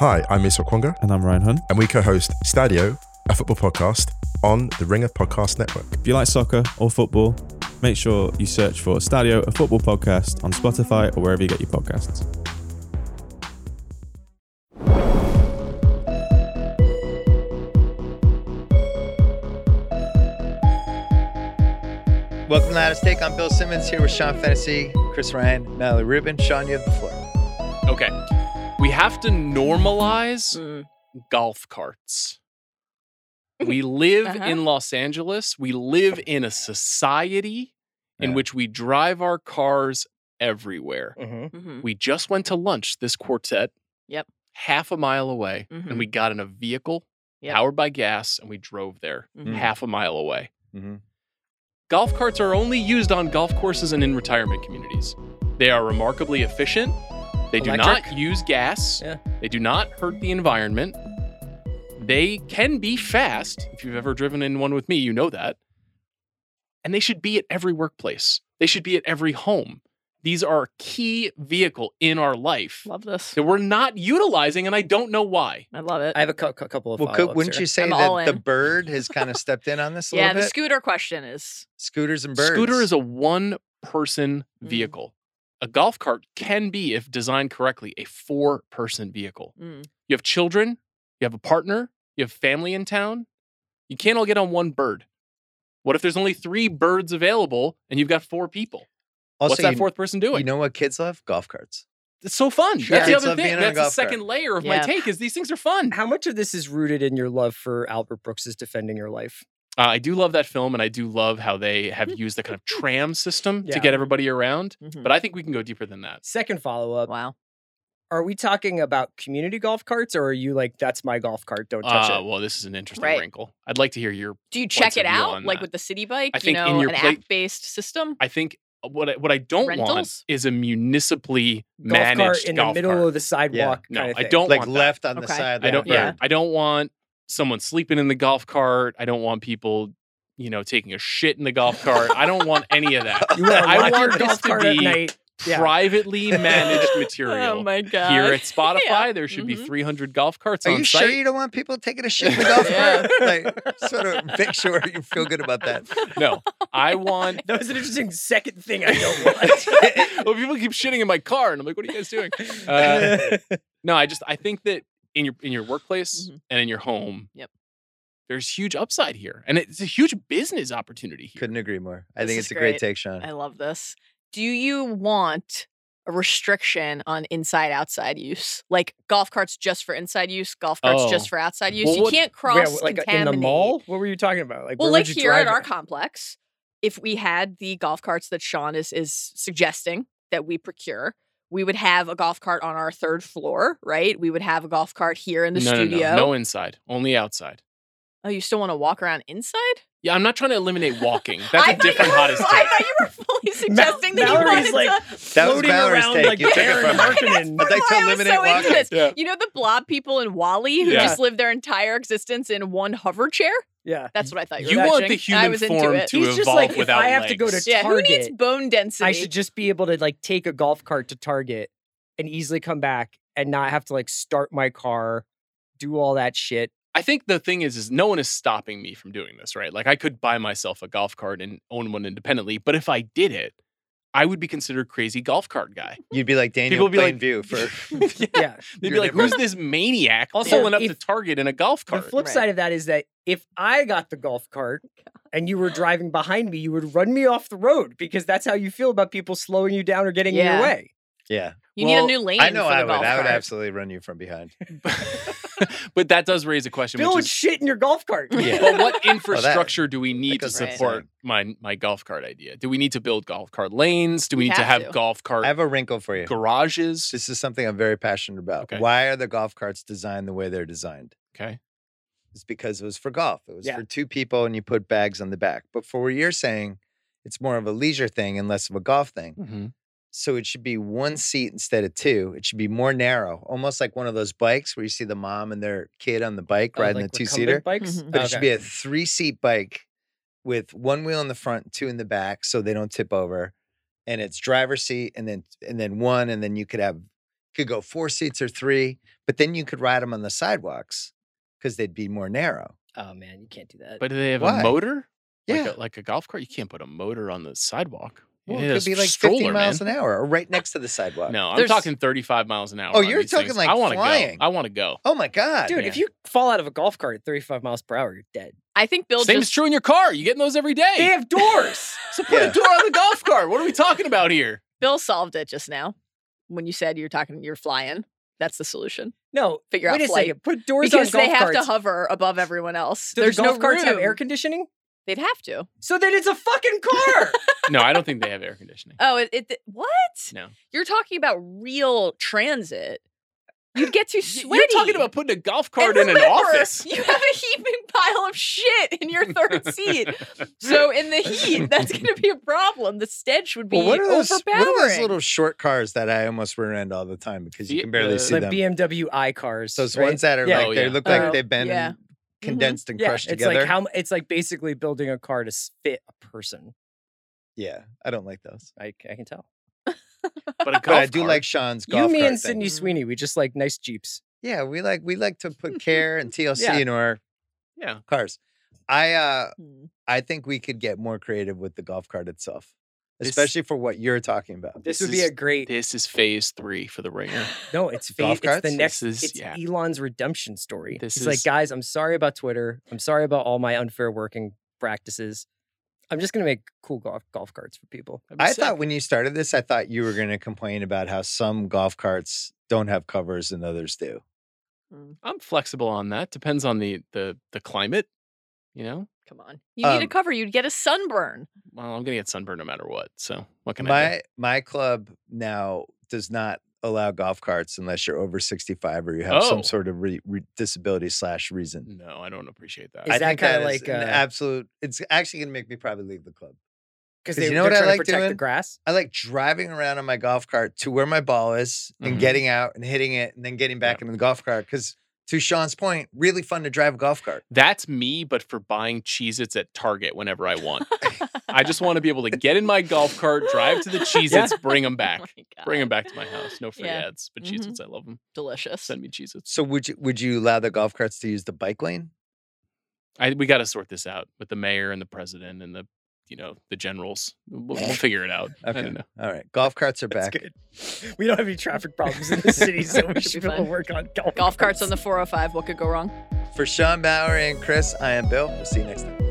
Hi, I'm Miss Okwonga, And I'm Ryan Hunt. and we co host Stadio, a football podcast on the Ringer Podcast Network. If you like soccer or football, make sure you search for Stadio, a football podcast on Spotify or wherever you get your podcasts. Welcome to Lattice Take. I'm Bill Simmons here with Sean Fantasy, Chris Ryan, Natalie Rubin. Sean, you have the floor. Okay. We have to normalize golf carts. We live Uh-huh. in Los Angeles. We live in a society in Yeah. which we drive our cars everywhere. Mm-hmm. hmm We just went to lunch, this quartet. Yep. Half a mile away. And Mm-hmm. we got in a vehicle Yep. powered by gas and we drove there Mm-hmm. Mhm. half a mile away. Mhm. Golf carts are only used on golf courses and in retirement communities. They are remarkably efficient. They do not Electric. use gas. Yeah. They do not hurt the environment. They can be fast. If you've ever driven in one with me, you know that. And they should be at every workplace, they should be at every home. These are a key vehicle in our life Love this. that we're not utilizing, and I don't know why. I love it. I have a cou- cou- couple of Well, could, follow-ups wouldn't here. you say I'm all that the in. bird has kind of stepped in on this a yeah, little the bit? scooter question is Scooters and birds. Scooter is a one person Mm. vehicle. A golf cart can be, if designed correctly, a four person vehicle. mm, You have children, you have a partner, you have family in town. You can't all get on one bird. What if there's only three birds available and you've got four people? also, What's that you, fourth person doing? You know what kids love? Golf carts. it's so fun. Sure. That's the Kids other love being thing. on a That's the golf cart. second layer of my Yeah. take is these things are fun. How much of this is rooted in your love for Albert Brooks's Defending Your Life? Uh, I do love that film and I do love how they have used the kind of tram system to Yeah. get everybody around. mhm. But I think we can go deeper than that. Second follow-up, wow. are we talking about community golf carts or are you like, that's my golf cart, don't touch Uh, it? well, this is an interesting Right. wrinkle. I'd like to hear your. Do you points check of it view out on like that. with the city bike? I you think in know, your an plate- app-based system. I think uh, what I, what I don't want Rentals? is a municipally golf managed cart in golf the middle cart. of the sidewalk No, kind of I thing. don't Like want that. left on the Okay. side. I don't. left. Yeah. Yeah. I don't want someone sleeping in the golf cart. I don't want people, you know, taking a shit in the golf cart. I don't want any of that. You want to I lock your want this golf to cart at be night. Yeah. Privately managed Oh material. my god. Here at Spotify, Yeah. there should be Mhm. 300 golf carts Mm-hmm. Are on you site. sure you don't want people taking a shit in the golf Yeah. cart? Like, sort of make sure you feel good about that. no, Oh I want. That was an interesting second thing I don't want. well, people keep shitting in my car, and I'm like, "What are you guys doing?" Uh, No, I just I think that in your in your workplace Mm-hmm. Mhm. and in your home, Yep. there's huge upside here, and it's a huge business opportunity here. Couldn't agree more. I This think is it's a great, great. take, Sean. I love this. Do you want a restriction on inside outside use? Like golf carts just for inside use, golf carts Oh. just for outside use. Well, you what- can't Where, cross like in contaminate. the mall? What were you talking about? Like, Well, where like would you here at drive our it? complex, if we had the golf carts that Sean is is suggesting that we procure, we would have a golf cart on our third floor, right? We would have a golf cart here in the no, studio. no, no, no inside, only outside. Oh, you still want to walk around inside? Yeah, I'm not trying to eliminate walking. That's I a thought you different were- hottest I take. thought you were fully Ma- suggesting that Mallory's you wanted like to That was floating Mallory's around take. like You took it Aaron from her. Harkonnen. I'd like to why I was eliminate so into walking. this. Yeah. You know the blob people in Wally who Yeah. just lived their entire existence in one hover chair? Yeah. That's what I thought you, You were want watching. the I human was form into it. to He's just evolve like, if without I have to go to legs. yeah, who needs Target. bone density? I should just be able to like take a golf cart to Target and easily come back and not have to like start my car, do all that shit. I think the thing is, is no one is stopping me from doing this, right? Like I could buy myself a golf cart and own one independently, but if I did it, I would be considered crazy golf cart guy. You'd be like People Daniel would be like- Plainview for yeah. Yeah. They'd be You're like, never- "Who's this maniac Also, pulling up if- to Target in a golf The cart?" flip Right. Oh side of that is that if I got the golf cart and you were driving behind me, you would run me off the road because that's how you feel about people slowing you down or getting in Yeah. your way. yeah. you Well, need a new lane. I know for the I would. golf I would cart. absolutely run you from behind. but that does raise a question. Bill which would is, shit in your golf cart. Yeah. but what infrastructure do we need to goes without support my my golf cart idea? Do we need to build golf cart lanes? Do we We need to have have to. golf cart I have a wrinkle for you. garages? This is something I'm very passionate about. Okay. Why are the golf carts designed the way they're designed? Okay. It's because it was for golf. It was Yeah. for two people and you put bags on the back. But for what you're saying, it's more of a leisure thing and less of a golf Hmm. thing. So it should be one seat instead of two. It should be more narrow, almost like one of those bikes where you see the mom and their kid on the bike Uh, riding like the two recumbent seater. bikes. Mhm. But it should be Oh, Okay. a three seat bike with one wheel in the front, two in the back, so they don't tip over. And it's driver's seat, and then and then one, and then you could have could go four seats or three, but then you could ride them on the sidewalks because they'd be more narrow. Oh man, you can't do that. But do they have Why? a motor? Yeah. Like a, like a golf cart? You can't put a motor on the sidewalk. You Well, need it a could be like 50 stroller, miles man. an hour or right next to the sidewalk. No, I'm There's- talking 35 miles an hour. Oh, on you're these things. talking like I wanna flying. Go. I want to go. Oh my God. dude, if you fall out of a golf cart at 35 miles per hour, you're dead. I think Bill Same just is true in your car. You get in those every day. They have doors. So put Yeah. a door on the golf cart. What are we talking about here? Bill solved it just now when you said you're talking you're flying. That's the solution. No, Figure out wait a flight. second. Put doors Because on golf they have carts. to hover above everyone else. Do There's the golf no carts have room. air conditioning? They'd have to. So then it's a fucking car. No, I don't think they have air conditioning. Oh, it, it what? No. You're talking about real transit. You'd get too Y- sweaty. You're talking about putting a golf And cart in an remember, office. You have a heaping pile of shit in your third seat. so in the heat, that's going to be a problem. The stench would be well, what are those? What overpowering. are those little short cars that I almost rear end all the time because you The- can barely the- see like them? BMW i cars. Those right? ones that are Yeah. like Oh, they yeah. look like Oh, they've been yeah. condensed and Mm-hmm. yeah, crushed it's together. like how m- it's like basically building a car to s- fit a person. yeah, I don't like those. I, c- I can tell. But a golf But I do cart- like Sean's golf you, me, cart and thing. Sydney Sweeney, we just like nice jeeps. Yeah, we like we like to put care and TLC Yeah. in our Yeah. cars. I uh Mhm. I think we could get more creative with the golf cart itself, This- especially for what you're talking about. This, This would be is- a great. This is phase three for the ringer. no, it's fa- Golf it's the carts? next. This is- it's yeah. Elon's redemption story. This He's like, is- guys, I'm sorry about Twitter. I'm sorry about all my unfair working practices. I'm just gonna make cool golf golf carts for people. That'd be I sick. thought when you started this, I thought you were going to complain about how some golf carts don't have covers and others do. I'm flexible on that. Depends on the the the climate. You know. Come on. You need a Um, cover. You'd get a sunburn. Well, I'm gonna get sunburned no matter what. So what can I do? My my club now does not allow golf carts unless you're over 65 or you have Oh. some sort of re, re- disability slash reason. No, I don't appreciate that. Is I that think kinda is like, an uh, absolute. It's actually going to make me probably leave the club. 'Cause Because they you know they're what I trying like to protect the doing? grass. I like driving around on my golf cart to where my ball is and Mhm. getting out and hitting it and then getting back into the golf cart. Because to Sean's point, really fun to drive a golf cart. That's me, but for buying Cheez Its at Target whenever I want. I just want to be able to get in my golf cart, drive to the Cheez Its, bring them back. Oh my Bring them God. back to my house. No free Yeah. ads, but Cheez Its, I love them. Delicious. Send me Cheez Its. So would you would you allow the golf carts to use the bike lane? I, we got to sort this out with the mayor and the president and the, you know, the generals. We'll, we'll figure it out. I Okay, don't know. all right. Golf carts are That's back. good. We don't have any traffic problems in the city, so we Should should be be able to fine. work on golf Golf carts on the 405. What could go wrong? For Sean Bowery and Chris, I am Bill. We'll see you next time.